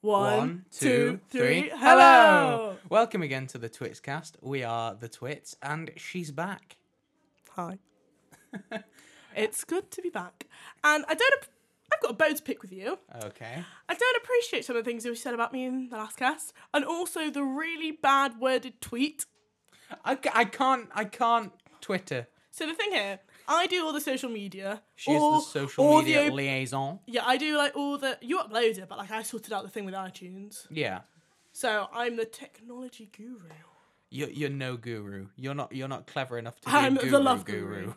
One, two, three. Hello! Hello. Welcome again to the Twits cast. We are the Twits, and she's back. Hi. it's good to be back. And I don't. Ap- I've got a bone to pick with you. Okay. I don't appreciate some of the things you said about me in the last cast, and also the really bad worded tweet. I, ca- I can't I can't Twitter. So the thing here, I do all the social media. She's all, the social all media op- liaison. yeah, I do like all the. You upload it, but like I sorted out the thing with iTunes. Yeah. So I'm the technology guru. You're, you're no guru. You're not you're not clever enough to be I'm a the guru. love guru. guru.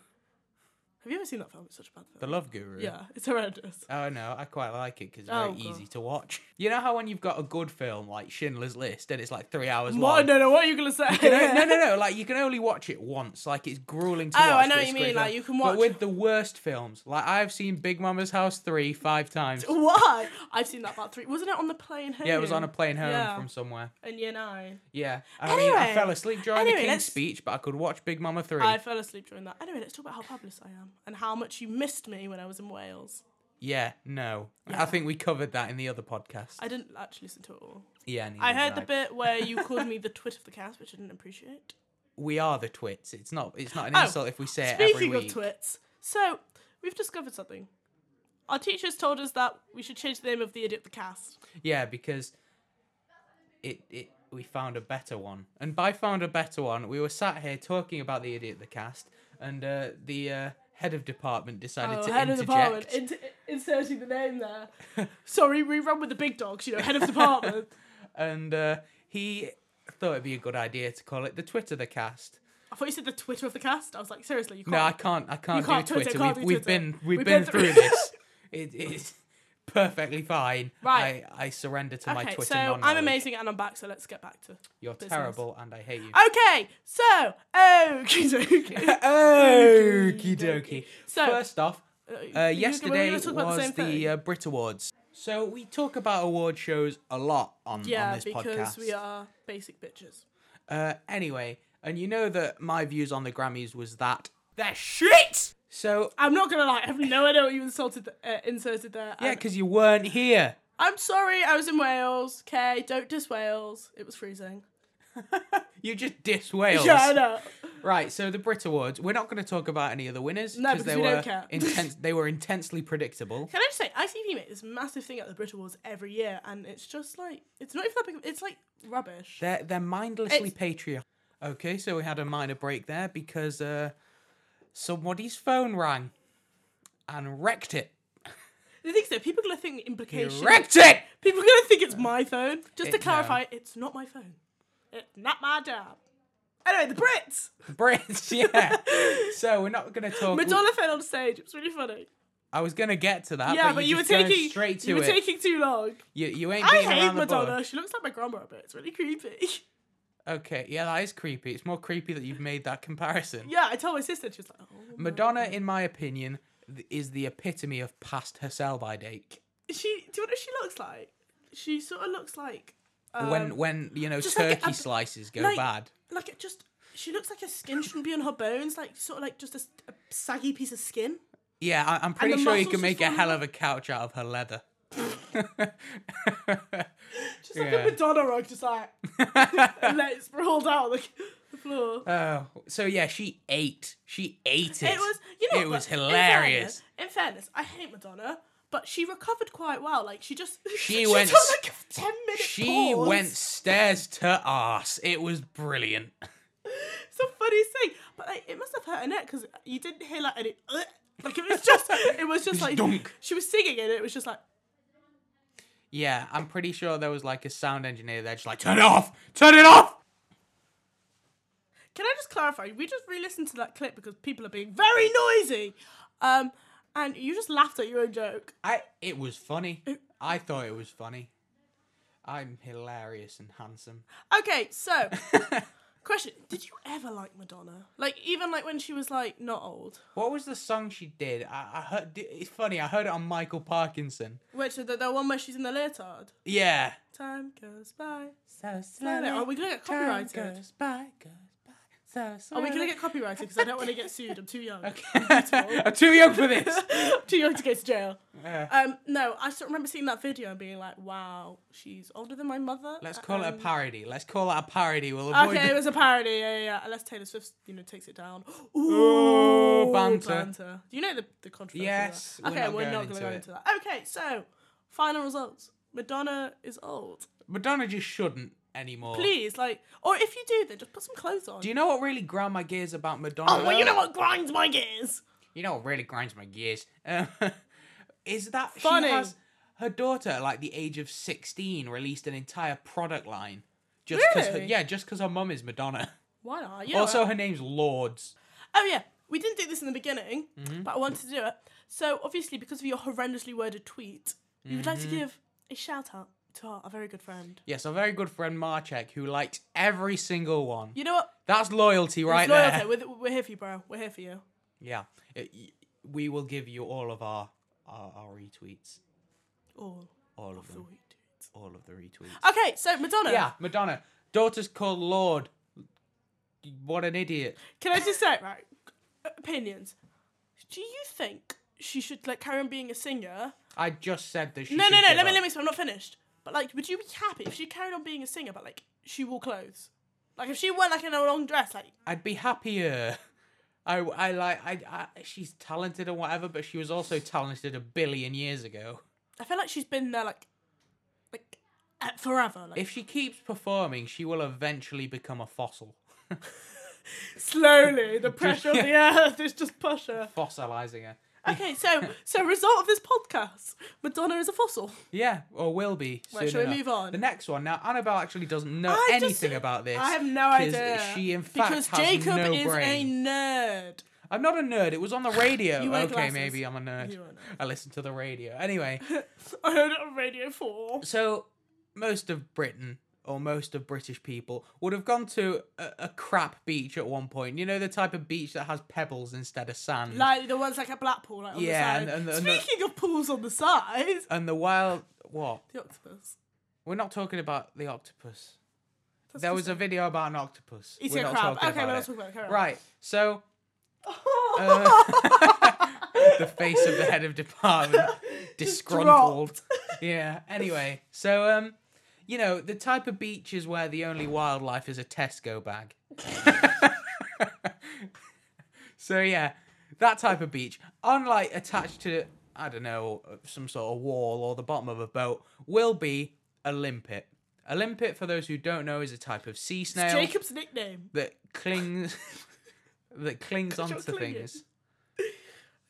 Have you ever seen that film? It's such a bad The film. love guru. yeah, it's horrendous. Oh no, I quite like it because it's Oh, very God. easy to watch. You know how when you've got a good film like Schindler's List and it's like three hours What? long. No, no. What are you gonna say? You know- no, no, no. Like you can only watch it once. Like it's grueling to Oh, watch. I know but what it's you great mean, like, film. you can But watch- with the worst films, like I've seen Big Mama's House three five times. Why? I've seen that part three. Wasn't it on the plane home? Yeah, it was on a plane home Yeah. from somewhere. in year nine. Yeah. I mean, I Anyway. fell asleep during Anyway, the King's let's- speech, but I could watch Big Mama three. I fell asleep during that. Anyway, let's talk about how fabulous I am and how much you missed me when I was in Wales. Yeah, no. I Yeah. think we covered that in the other podcast. I didn't actually listen to it all. yeah, neither I did heard the bit where you called me the twit of the cast, which I didn't appreciate. We are the twits. It's not. It's not an Oh, insult if we say it every Speaking of week. twits, so we've discovered something. Our teachers told us that we should change the name of the idiot of the cast. Yeah, because it it we found a better one, and by found a better one, we were sat here talking about the idiot the cast, and uh, the uh, head of department decided Oh, to head of interject. department, in- inserting the name there. Sorry, we run with the big dogs, you know, head of department. and uh, he thought it'd be a good idea to call it the Twitter the cast. I thought you said the Twitter of the cast. I was like, seriously, you can't. No, I can't. I can't, can't do Twitter, Twitter. can't we've, do we've Twitter. been we've We've been been through- through this. It is perfectly fine. Right. I, I surrender to my Okay, Twitter so I'm non-knowledge. amazing and I'm back, so let's get back to. You're business. terrible, and I hate you. Okay, so oh, okie Uh, dokie. Okie dokie. dokie. So- first off, we're uh, yesterday gonna was talk about the the, same thing. uh, Brit Awards. So we talk about award shows a lot on, on yeah, this because podcast. we are basic bitches. Uh, anyway, and you know that my views on the Grammys was that they're shit. So I'm not gonna lie, I have no idea what you insulted, uh, inserted there. yeah, I'm, because you weren't here. I'm sorry, I was in Wales. Okay, don't diss Wales. It was freezing. You just diss Wales. Yeah, I know. Right, so the Brit Awards. We're not going to talk about any of the winners No, they because we were don't care. intense. They were intensely predictable. Can I just say, ITV make this massive thing at the Brit Awards every year, and it's just like it's not even that big. of- It's like rubbish. They're they're mindlessly It's- patriotic. Okay, so we had a minor break there because uh, somebody's phone rang and wrecked it. the thing is, though, people are gonna think the He implication. wrecked it. People are gonna think it's my phone. Just It- to no. clarify, it's not my phone. It's not my job. Anyway, the Brits. The Brits, yeah. so we're not going to talk. Madonna fell on stage. It was really funny. I was going to get to that. yeah, but, but you were just going taking straight to you were it. taking too long. You, you ain't I beating hate around the bush. Madonna. She looks like my grandma a bit. It's really creepy. Okay, yeah, that is creepy. It's more creepy that you've made that comparison. yeah, I told my sister. She was like, oh. my- Madonna, in my opinion, th- is the epitome of past her sell-by date. She. Do you know what she looks like? She sort of looks like. when when you know Um, just turkey like a- slices go like- bad. like it just she looks like her skin shouldn't be on her bones like sort of like just a, s- a saggy piece of skin Yeah, I, I'm pretty the sure you muscles just can make a fall hell out. of a couch out of her leather. just like Yeah. a madonna rug just like legs rolled out like the floor oh, so yeah, she ate. She ate it. it was you know it what, was but in fairness- hilarious. in fairness, i hate madonna but she recovered quite well like she just She went took s- like a 10 minute She pause. went stairs to arse. It was brilliant. it's the funniest thing but like, it must have hurt her neck because you didn't hear like any like it was just it was just like dunk. she was singing and it was just like Yeah, I'm pretty sure there was like a sound engineer there, just like turn it off, turn it off. Can I just clarify? We just re-listened to that clip because people are being very noisy, um, and you just laughed at your own joke. I. It was funny. I thought it was funny. I'm hilarious and handsome. Okay, so question: Did you ever like Madonna? Like even like when she was like not old, What was the song she did? I, I heard. It's funny. I heard it on Michael Parkinson. which the, the one where she's in the leotard. Yeah. Time goes by. So slowly, Are we gonna get time copyrighted? goes by, goes by. Are we gonna get copyrighted? Because I don't want to get sued. I'm too young. Okay. I'm too young for this. too young to go to jail. Uh, Um, no, I still remember seeing that video and being like, "Wow, she's older than my mother." let's call it a Um, parody. Let's call it a parody. We'll avoid. Okay, it the- was a parody. Yeah, yeah. yeah. Unless Taylor Swift, you know, takes it down. Ooh, banter. Do you know the the controversy? Yes, there? we're Okay, not we're going not going to into go it. into that. Okay, so final results. Madonna is old. Madonna just shouldn't anymore. Please, like, or if you do, then just put some clothes on. Do you know what really ground my gears about Madonna? oh, well, you know what grinds my gears. You know what really grinds my gears? Um, is that Funny. she has her daughter, at, like the age of sixteen, released an entire product line just because Really? Oh, yeah, just because her mum is Madonna. Why not? You know also, her name's Lords. Oh yeah, we didn't do this in the beginning, Mm-hmm. but I wanted to do it. So obviously, because of your horrendously worded tweet, we would like to Mm-hmm. give a shout out to our, our very good friend. Yes, our very good friend Marcek, who likes every single one. You know what? That's loyalty right It's loyalty. there. We're, we're here for you, bro. We're here for you. Yeah, It- y- we will give you all of our our, our retweets, All all of of the them, week. all of the retweets. Okay, so Madonna. Yeah, Madonna. Daughter's called Lord. What an idiot. Can I just say right? Opinions. Do you think she should like carry on being a singer? I just said that she no, should no, no. give Let me, up. let me. So I'm not finished. But like, would you be happy if she carried on being a singer, but like she wore clothes? Like if she wore like in a long dress, like I'd be happier. I, I like I, I she's talented and whatever, but she was also talented a billion years ago. I feel like she's been there like, like eh, forever. Like If she keeps performing, she will eventually become a fossil, slowly, the pressure of the earth is just push her. fossilizing her. Okay, so so result of this podcast, Madonna is a fossil. Yeah, or will be. Right, soon shall we enough. move on? The next one now. Annabelle actually doesn't know I just- anything about this. I have no 'cause idea. She in fact because has Jacob no is brain. a nerd. I'm not a nerd. It was on the radio. You wear okay, glasses. maybe I'm a nerd. You are a nerd. I listen to the radio. Anyway, I heard it on Radio Four. so most of Britain or most of British people would have gone to a, a crap beach at one point. You know the type of beach that has pebbles instead of sand. Like the ones like at Blackpool, like on Yeah, the side. and- and- and the- Speaking of pools on the side, and the wild what? the octopus. We're not talking about the octopus. That's There was a video about an octopus. eating we're a not crab. talking Okay, we're about not it. talking about it. Carry on. Right. So uh, the face of the head of department disgruntled. Yeah. Anyway, so um, you know the type of beaches where the only wildlife is a Tesco bag. so yeah, that type of beach, unlike attached to I don't know some sort of wall or the bottom of a boat, will be a limpet. A limpet, for those who don't know, is a type of sea snail Jacob's nickname. that clings that clings you're onto clinging. things.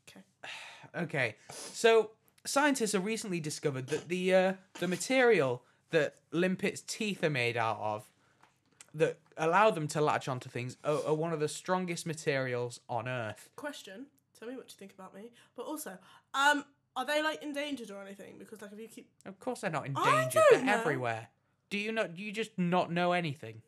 Okay. Okay, so scientists have recently discovered that the uh, the material that limpets' teeth are made out of that allow them to latch onto things are, are one of the strongest materials on Earth. question. Tell me what you think about me. But also, um, are they like endangered or anything? Because like if you keep Of course, they're not I endangered; don't they're know. everywhere. Do you not? Do you just not know anything?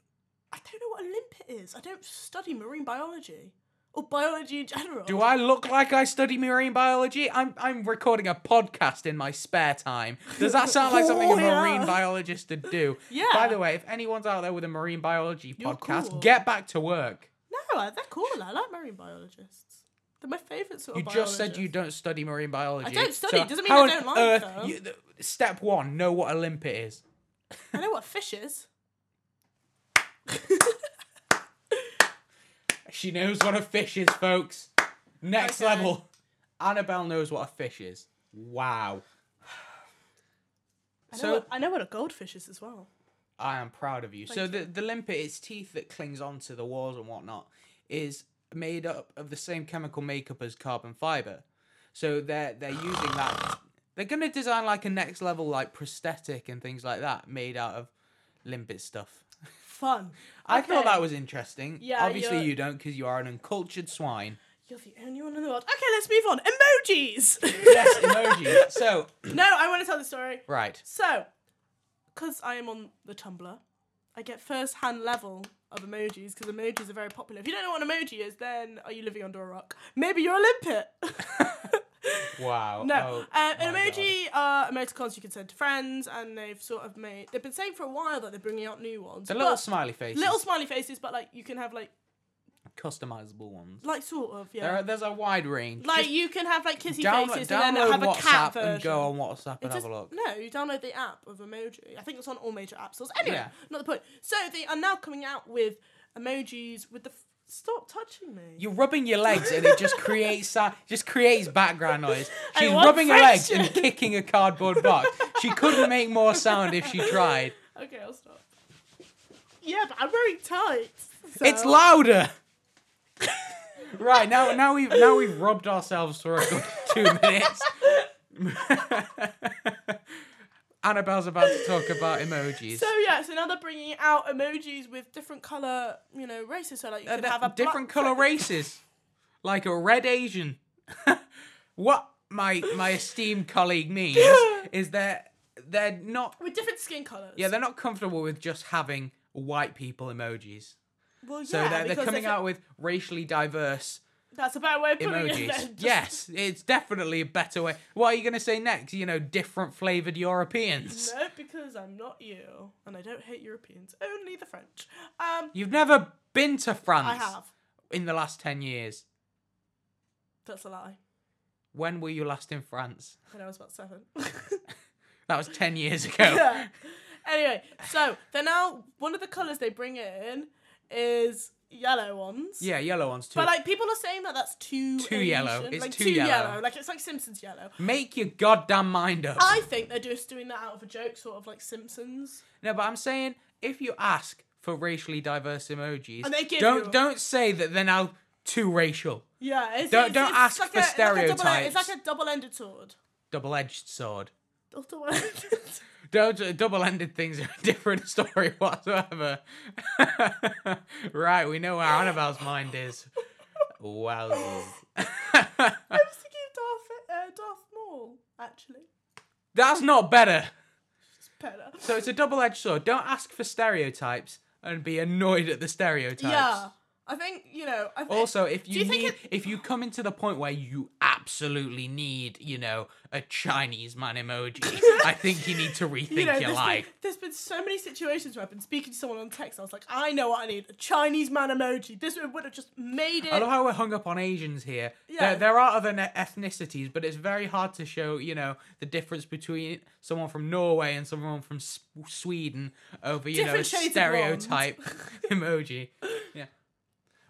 I don't know what a limpet is. I don't study marine biology. Or biology in general. Do I look like I study marine biology? I'm I'm recording a podcast in my spare time. Does that sound like something Oh, a yeah. marine biologist would do? Yeah. By the way, if anyone's out there with a marine biology You're podcast, cool. get back to work. No, I- they're cool. I like marine biologists. They're my favourite sort You of just said you biologists. don't study marine biology. I don't study. Doesn't mean how I on don't like earth- them. you- th- step one: know what a limpet is. I know what a fish is. She knows what a fish is, folks. Next Okay. level. Annabelle knows what a fish is. Wow. I know, So- what, I know what a goldfish is as well. I am proud of you. so the the limpet, its teeth that clings onto the walls and whatnot, is made up of the same chemical makeup as carbon fiber. So they're they're using that. They're gonna design like a next level like prosthetic and things like that made out of limpet stuff. Fun. I thought Okay. that was interesting. Yeah, obviously you're- you don't because you are an uncultured swine. You're the only one in the world. Okay, let's move on. Emojis! Yes, emoji. So no, I want to tell the story. right, So, because I am on the Tumblr, I get first hand level of emojis because emojis are very popular. If you don't know what an emoji is, then are you living under a rock? Maybe you're a limpet. wow. no, Oh, uh, an my God. emoji are emoticons you can send to friends, and they've sort of made. They've been saying for a while that they're bringing out new ones. The little but- smiley face. little smiley faces, but like you can have like customizable ones. Like sort of, yeah. There are, there's a wide range. like Just you can have like kissy download, faces and then download have a WhatsApp cat version. and go on WhatsApp and It have just- a look. No, you download the app of emoji. I think it's on all major app stores. Anyway, Yeah. not the point. So they are now coming out with emojis with the. F- Stop touching me. You're rubbing your legs and it just creates that just creates background noise. I She's want rubbing her legs and friendship. kicking a cardboard box. She couldn't make more sound if she tried. Okay, I'll stop. Yeah, but I'm wearing tights. so- It's louder. right now, now we've now we've rubbed ourselves for a good two minutes. Annabelle's about to talk about emojis. So yeah, so now they're bringing out emojis with different color, you know, races. So like you Uh, can they're have a black- different color races, like a red Asian. what my my esteemed colleague means is that they're not with different skin colors. yeah they're not comfortable with just having white people emojis. well, yeah, So they're, they're because coming if it- out with racially diverse That's a better way of putting it. emojis. than just- yes, it's definitely a better way. What are you going to say next? You know, different flavored Europeans. No, because I'm not you, and I don't hate Europeans. Only the French. Um, You've never been to France I have. in the last 10 years. That's a lie. When were you last in France? When I was about seven. That was 10 years ago. yeah. Anyway, so they're now one of the colors they bring in is yellow ones. Yeah, yellow ones too. But like people are saying that that's too Too yellow. Asian, It's like too too yellow. Like it's like Simpsons yellow. Make your goddamn mind up. I think they're just doing that out of a joke, sort of like Simpsons. no, but I'm saying if you ask for racially diverse emojis, And they give don't you- don't say that they're now too racial. Yeah, it's, Don't- it's, don't it's ask like for a, like a double- stereotypes. it's like a double-ended sword. Double-edged sword. Double-ended. Those are double-ended things are a different story whatsoever. right, we know where Annabelle's mind is. Wow. I was thinking of Darth, uh, Darth Maul actually. That's not better. It's better. So it's a double-edged sword. Don't ask for stereotypes and be annoyed at the stereotypes. Yeah, I think you know. I think, Also, if you, you think need, it- if you come into the point where you absolutely need, you know, a Chinese man emoji, I think you need to rethink you know, your there's been, life. there's been so many situations where I've been speaking to someone on text. I was like, I know what I need a Chinese man emoji. This would have just made it. I love how we're hung up on Asians here. Yeah. There, there are other ne- ethnicities, but it's very hard to show, you know, the difference between someone from Norway and someone from S- Sweden over, you Different know, a shades of stereotype emoji. Yeah.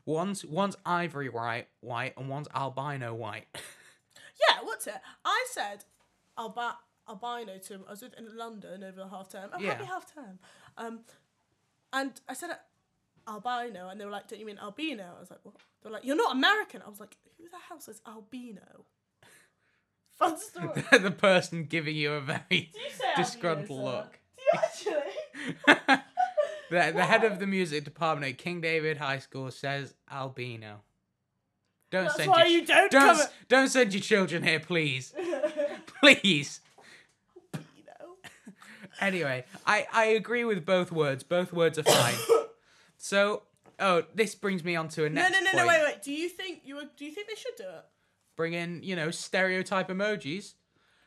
One's one's ivory white, white, and one's albino white. Yeah, what's it? I said alba- albino to I was with in London over the half term. Oh, Yeah. happy half term. Um, and I said albino, and they were like, "Don't you mean albino?" I was like, "What?" They were like, "You're not American." I was like, "Who the hell says albino?" Fun story. the person giving you a very Do you say albino, disgruntled sir? look. Do you actually? the, the head of the music department at King David High School says albino. Don't That's send why your you don't don't come s- don't send your children here, please, please. albino. Anyway, I I agree with both words. Both words are fine. so, oh, this brings me on to a No, next. no, no, no. point. Wait, wait. Do you think you were, do you think they should do it? Bring in you know stereotype emojis.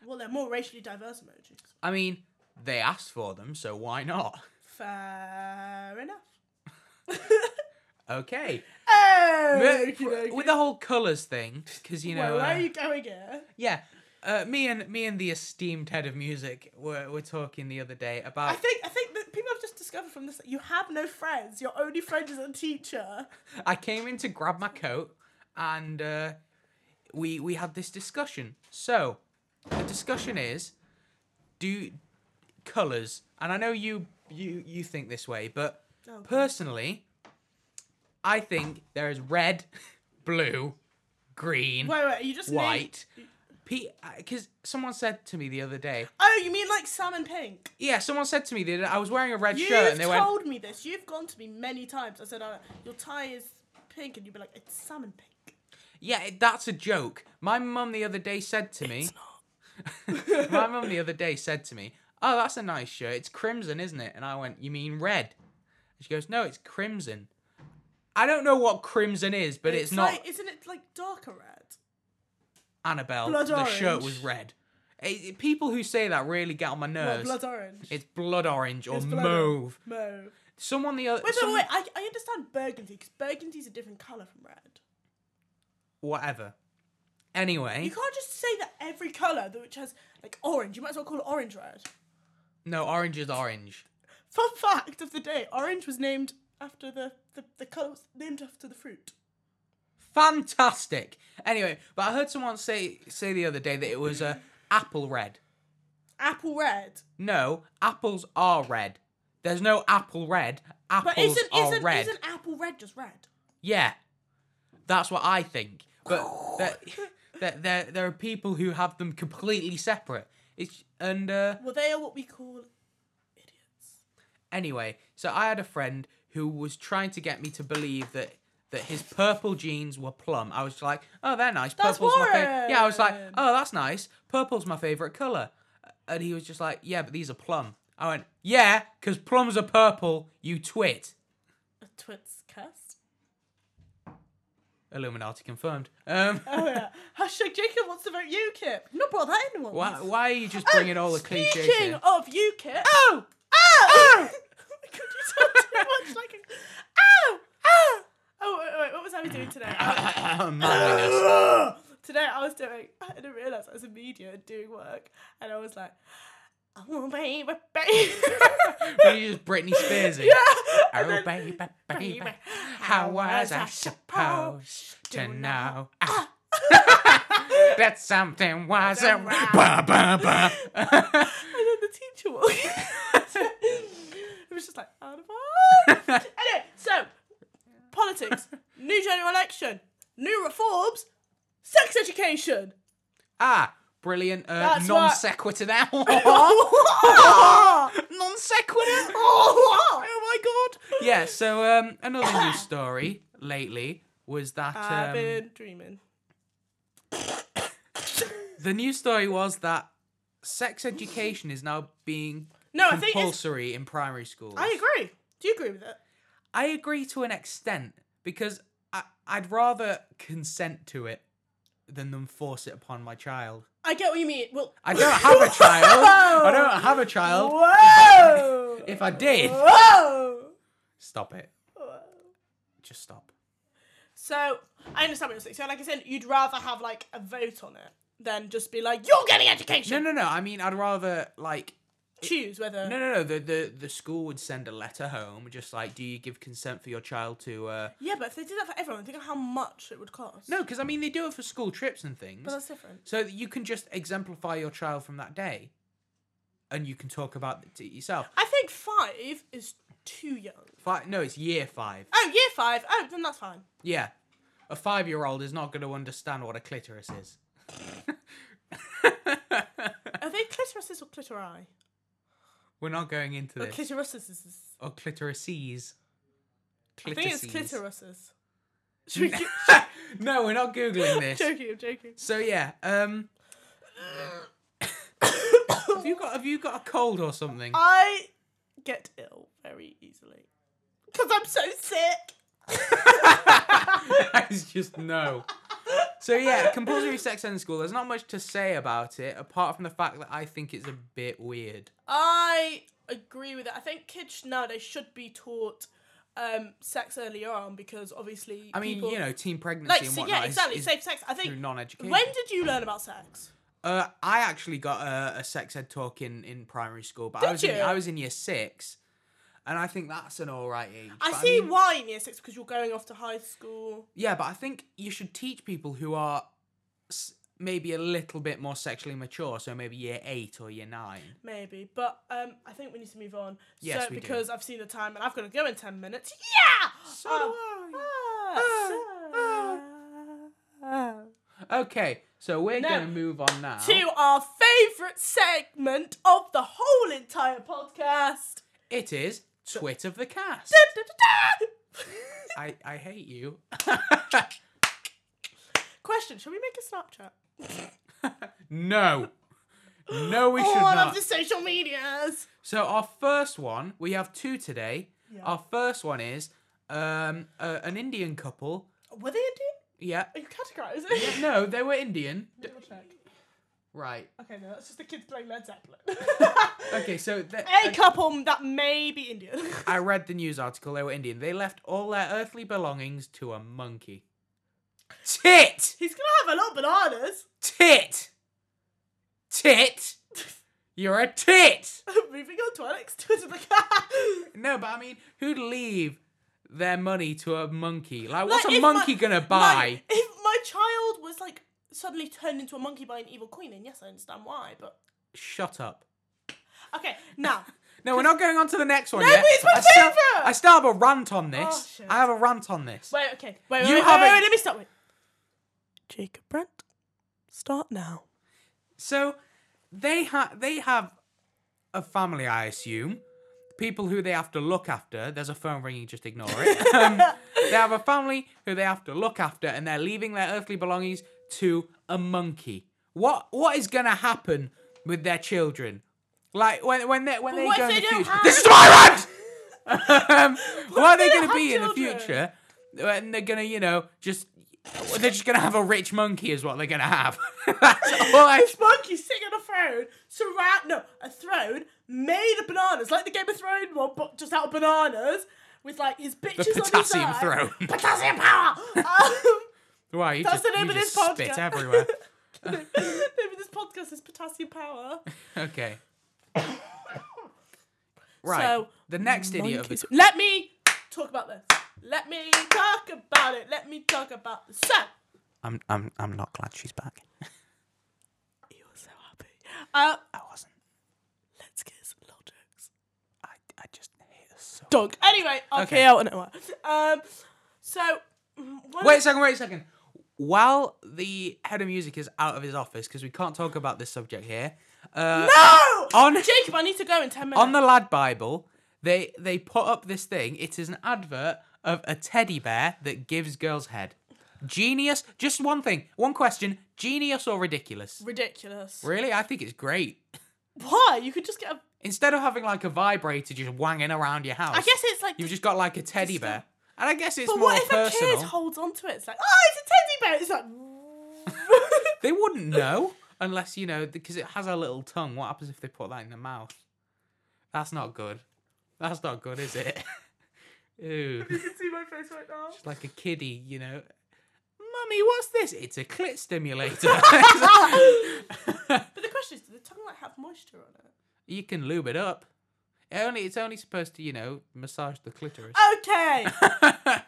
Well, they're more racially diverse emojis. I mean, they asked for them, so why not? Fair enough. Okay. Oh, But With the whole colours thing, because you Wait, know. where uh, are you going here? Yeah. Uh, me and me and the esteemed head of music were, were talking the other day about I think I think that people have just discovered from this that you have no friends. Your only friend is a teacher. I came in to grab my coat and uh, we we had this discussion. So the discussion is do colours and I know you you you think this way, but Oh, God. personally I think there is red, blue, green, Wait, wait, are you just named- white. Because someone said to me the other day, Oh, you mean like salmon pink? yeah, someone said to me the other I was wearing a red You've shirt and they went, told me this. You've gone to me many times. I said, uh, your tie is pink, and you'd be like, it's salmon pink. Yeah, it- that's a joke. My mum the other day said to me. my mum the other day said to me, "Oh, that's a nice shirt. It's crimson, isn't it?" And I went, "You mean red?" And she goes, "No, it's crimson." I don't know what crimson is, but it's, not Like, isn't it like darker red? Annabelle. blood the shirt orange. was red. Eh, people who say that really get on my Well, nerves. blood orange. Oh, It's blood orange or It's blood orange. mauve. Mo. Someone the other. Wait, some- no, wait. I, I understand burgundy because burgundy's a different colour from red. Whatever. Anyway, You can't just say that every colour that which has like orange, you might as well call it orange red. no, orange is orange. Fun fact of the day: orange was named after the the, the colour was named after the fruit. Fantastic. Anyway, but I heard someone say say the other day that it was a apple red. Apple red. No, apples are red. There's no apple red. Apples But isn't are isn't red. isn't apple red just red? Yeah, that's what I think. But there, there, there, there are people who have them completely separate. It's and uh, Well, they are what we call idiots. anyway, so I had a friend who was trying to get me to believe that that his purple jeans were plum. I was like, oh, they're nice. That's Purple's my favorite. Yeah, I was like, Warren. oh, that's nice. Purple's my favorite color. And he was just like, yeah, but these are plum. I went, yeah, because plums are purple. You twit. A twits cast. Illuminati confirmed. Um, Oh yeah. Hashtag Jacob wants to vote UKIP. Not brought that in once. why, why are you just bringing all the cliches? Speaking in? of UKIP. Oh! Oh! Could you sound too much like a. Ow! Ow! Oh, wait, wait, what was I doing today? I- Manliness. today I was doing, I didn't realise I was a media and doing work, and I was like, oh, baby, baby. Can you just Britney Spears it? yeah! and Oh, then- baby, baby, how was I supposed to know? Ah. that something wasn't right. Ba, ba, ba. And then the teacher walked in. It was just like, out of order. Anyway, so, politics, new general election, new reforms, sex education. ah, brilliant uh, That's non what- sequitur there. Oh, non sequitur. oh my god. Yeah, so um, another news story lately was that I've um, been dreaming. the news story was that sex education is now being No, I think it's, compulsory in primary schools. I agree. Do you agree with it? I agree to an extent because I, I'd rather consent to it than them force it upon my child. I get what you mean. Well, I don't have a child. I don't have a child. Whoa! If I did, Whoa! stop it. Just stop. So I understand what you're saying. So, like I said, you'd rather have like a vote on it than just be like, "You're getting education." No, no, no. I mean, I'd rather like Choose whether. no, no, no. The the the school would send a letter home, just like, do you give consent for your child to? uh Yeah, but if they did that for everyone, think of how much it would cost. No, because I mean, they do it for school trips and things. but that's different. So that you can just exemplify your child from that day, and you can talk about it to yourself. I think five is too young. Five, no, it's year five. Oh, year five. Oh, then that's fine. Yeah, a five-year-old is not going to understand what a clitoris is. Are they clitorises or clitori? We're not going into Or this. clitorises. or clitorises. I think it's Clitorises. clitorises. Should we keep no, we're not googling this. joking? I'm joking. so yeah, um, have you got have you got a cold or something? Oh. I get ill very easily because I'm so sick. it's just no. So yeah, compulsory sex ed in school. There's not much to say about it apart from the fact that I think it's a bit weird. I agree with it. I think kids nowadays should be taught um, sex earlier on because obviously I mean, people, you know, teen pregnancy like and so, whatnot yeah, is- exactly is, safe sex. I through think. non-education. When did you learn about sex? Uh, I actually got a, a sex ed talk in, in primary school, but I Did was you? in, I was in year six, and I think that's an all right age. I but see mean- why in year six because you're going off to high school. yeah, but I think you should teach people who are s- maybe a little bit more sexually mature, so maybe year eight or year nine. Maybe, but um, I think we need to move on. Yes, so, we do. because I've seen the time and I've got to go in ten minutes. Yeah. So Um, do I. ah, ah, so- Okay, so we're No. gonna move on now. To our favourite segment of the whole entire podcast. It is twit of the cast. I I hate you. Question: Shall we make a Snapchat? no, no, we should All not. of Oh, the social medias. So our first one, we have two today. Yeah. Our first one is um uh, an Indian couple. Were they Indian? Yeah. Are you categorising? No, they were Indian. Double check. Right. Okay, no, that's just the kids playing Led Zeppelin. Okay, so that, A couple that may be Indian. I read the news article. They were Indian. They left all their earthly belongings to a monkey. Tit! He's gonna have a lot of bananas. Tit! Tit! You're a tit! Moving on to our next Twitter account. No, but I mean, who'd leave their money to a monkey? Like, what's a if my- monkey gonna my- buy? if my child was like suddenly turned into a monkey by an evil queen, then yes, I understand why. But Shut up. okay, now No, we're not going on to the next one No, yet. but it's my I still, favourite! I still have a rant on Oh, this. shit. I have a rant on this. wait, okay, wait, wait, You wait, have wait, a- wait, let me start. Wait, Jacob Brent, start now. So they have they have a family, I assume. People who they have to look after. There's a phone ringing. Just ignore it. um, they have a family who they have to look after, and they're leaving their earthly belongings to a monkey. What what is gonna happen with their children? Like when when they when they what go if in they the don't future. have- This is my rant. um, what are they they gonna don't be have in the children? future? And they're gonna you know just they're just gonna have a rich monkey is what they're gonna have. That's all I This monkey sitting on a throne, surround no, a throne made of bananas, like the Game of Thrones one, but just out of bananas, with like his bitches on his potassium side. throne. potassium power. um, Wow, you That's just, the name you of this just spit podcast. everywhere. name of this podcast is Potassium Power. Okay. right. So, the next idiot of the Monkeys- Let me talk about this. Let me talk about it. Let me talk about this. So, I'm I'm I'm not glad she's back. you were so happy. Uh, I wasn't. let's get some little jokes. I, I just hate her so. Dog. Anyway, Okay. okay, out and out. Um, so mm, one Wait a of- second. Wait a second. While the head of music is out of his office because we can't talk about this subject here. Uh, No, On Jacob, I need to go in ten minutes. on the Lad Bible, they they put up this thing. It is an advert of a teddy bear that gives girls head. Genius. Just one thing. One question. Genius or ridiculous? ridiculous. Really, I think it's great. Why? You could just get a. Instead of having like a vibrator just wanging around your house, I guess it's like. you've just got like a teddy Just bear. And I guess it's but more what if personal. a kid holds onto it? It's like, oh, it's a teddy bear. It's like. They wouldn't know unless you know because it has a little tongue. What happens if they put that in their mouth? That's not good. That's not good, is it? Ooh, You can see my face right now. it's like a kiddie, you know. Mummy, what's this? It's a clit stimulator. But the question is, does the tongue like have moisture on it? you can lube it up. It only it's only supposed to you know massage the clitoris. Okay.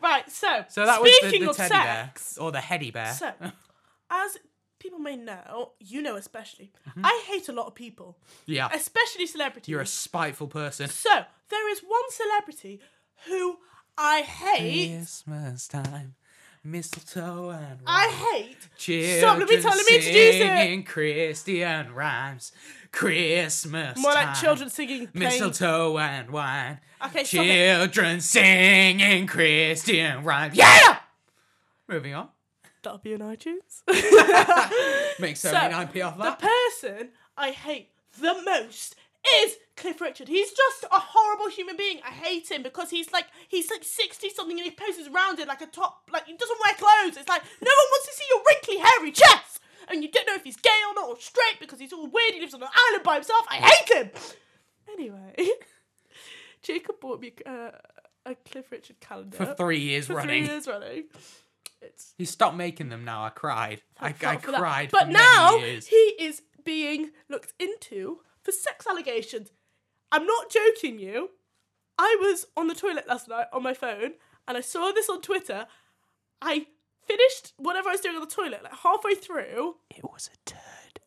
right. So. So that speaking was of the, the teddy sex. bear or the heady bear. So, as people may know, you know especially, I hate a lot of people, yeah, especially celebrities. Mm-hmm. you're a spiteful person. so there is one celebrity who I hate. Christmas time, mistletoe and I rhymes. hate. Children Stop, let me tell- let me introduce it. singing Christian rhymes. Christmas More time, like children singing. playing- Mistletoe and wine. Okay, stop it. Children singing Christian rhymes. Yeah. Moving on. That'll be on iTunes. Make So, 79p off the that. person I hate the most is Cliff Richard. He's just a horrible human being. I hate him because he's like he's like sixty something and he poses rounded like a top. Like he doesn't wear clothes. It's like no one wants to see your wrinkly, hairy chest. And you don't know if he's gay or not or straight because he's all weird. He lives on an island by himself. I hate him. Anyway, Jacob bought me uh, a Cliff Richard calendar For three years for running. three years running. It's He stopped making them now. I cried. I, I felt for that. cried. But for now many years. he is being looked into for sex allegations. I'm not joking you. I was on the toilet last night on my phone and I saw this on Twitter. I finished whatever I was doing on the toilet, like halfway through, It was a turd.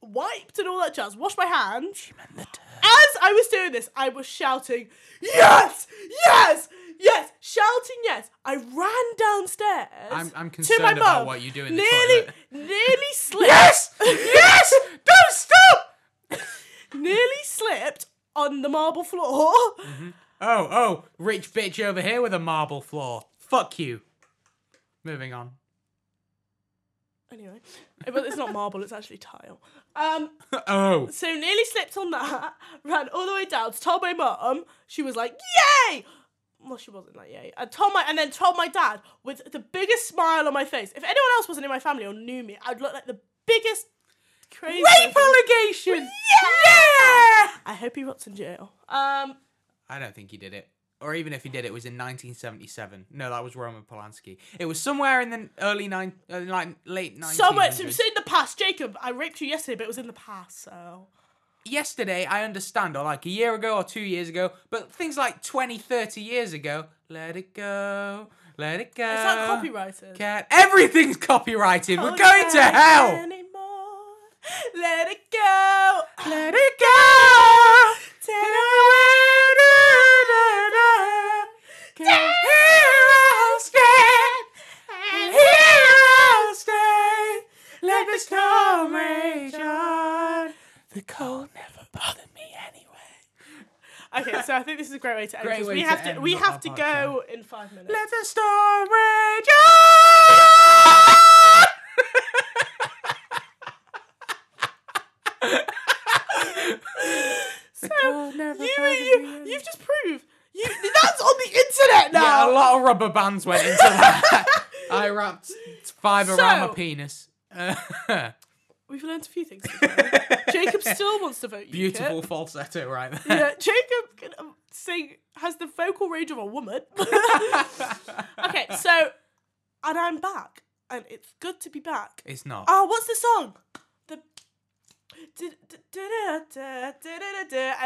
wiped and all that jazz, washed my hands. She meant the turd. As I was doing this, I was shouting, Yes! Yes! Yes! Shouting yes. I ran downstairs. I'm, I'm to concerned my about mum. what you do in the nearly, toilet. nearly slipped. Yes! Don't stop! nearly slipped on the marble floor. Oh, oh, rich bitch over here with a marble floor. Fuck you. Moving on. Anyway, but it's not marble; it's actually tile. Um, oh. so nearly slipped on that. Ran all the way down. Told my mum. She was like, "Yay!" Well, she wasn't like yay. I told my and then told my dad with the biggest smile on my face. If anyone else wasn't in my family or knew me, I'd look like the biggest Crazy. Rape allegation. Yeah! I hope he rots in jail. Um, I don't think he did it. Or even if he did, it was in 1977. No, that was Roman Polanski. It was somewhere in the early nine, uh, nine late 1900s. somewhere, so it's in the past. Jacob, I raped you yesterday, but it was in the past, so. Yesterday, I understand, or like a year ago or two years ago, but things like 20, 30 years ago, let it go, let it go. It's not copyrighted. Cat. Everything's copyrighted. We're Hold going Uh, to back hell. Anymore. Let it go. Let it go. Take it away, da, da, da. 'Cause here I'll stand, and here I'll stay. Let the storm rage on. The cold never bothered me anyway. Okay, so I think this is a great way to end. Great because way we to have to end we our have to go podcast. in five minutes. Let the storm rage Ah! Oh, on. so God never you, bothered me you anyway. you've just proved you that's on the internet now. Yeah, a lot of rubber bands went into that. I wrapped five around my So- penis. We've learned a few things. Jacob still wants to vote. UKIP. Beautiful falsetto right there. Yeah, Jacob can um, sing has the vocal range of a woman. okay, so and I'm back, and it's good to be back. It's not. Oh, what's the song? The I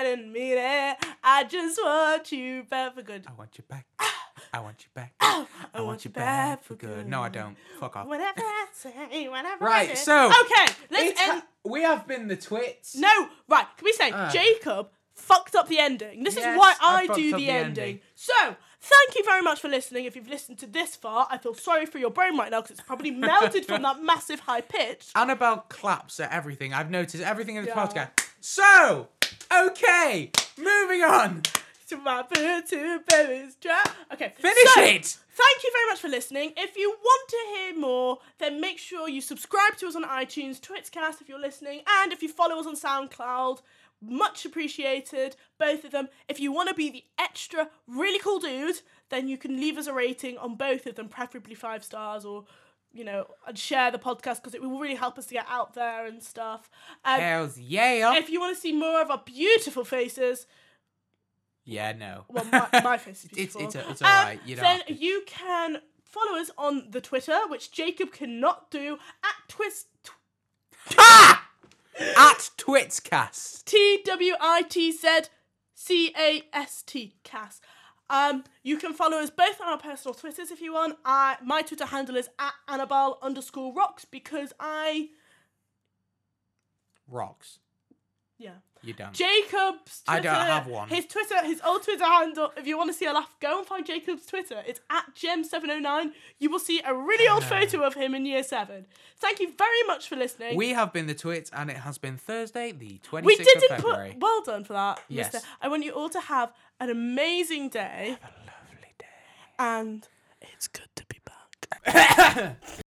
didn't mean it. I just want you back for good. I want you back. Ah. I want you back. I I want you back Oh, for good. No, I don't. Fuck off. Whenever I say, whenever I Right, do. so- okay, let's It's end. ha- we have been the twits. No, right. Can we say Ah. Jacob fucked up the ending? This Yes, is why I I, fucked do up the the ending. ending. So, thank you very much for listening. If you've listened to this far, I feel sorry for your brain right now because it's probably melted from that massive high pitch. Annabelle claps at everything. I've noticed everything in this Yeah. podcast. So, okay, moving on. To my bird, to berries dry. Okay, Finish so, it. Thank you very much for listening. If you want to hear more, then make sure you subscribe to us on iTunes, Twitchcast if you're listening, and if you follow us on SoundCloud. Much appreciated, both of them. If you want to be the extra really cool dude, then you can leave us a rating on both of them, preferably five stars or, you know, and share the podcast because it will really help us to get out there and stuff. Um, Hells yeah. If you want to see more of our beautiful faces, Yeah, no. well, my, my face is It's- beautiful. Um, it's a- it's alright, you don't Then have to. you can follow us on the Twitter, which Jacob cannot do at twist Ah! At Twitscast. T W I T Z C A S T cast. Um, you can follow us both on our personal Twitters if you want. I my Twitter handle is at Annabelle underscore rocks because I Rocks. yeah. You don't. Jacob's Twitter. I don't have one. His Twitter, his old Twitter handle. If you want to see a laugh, go and find Jacob's Twitter. It's at gem709. You will see a really old photo of him in year seven. Thank you very much for listening. we have been the twits, and it has been Thursday, the 26th We of didn't February. put. Well done for that, Yes. Mister. I want you all to have an amazing day, Lovely day. and it's good to be back.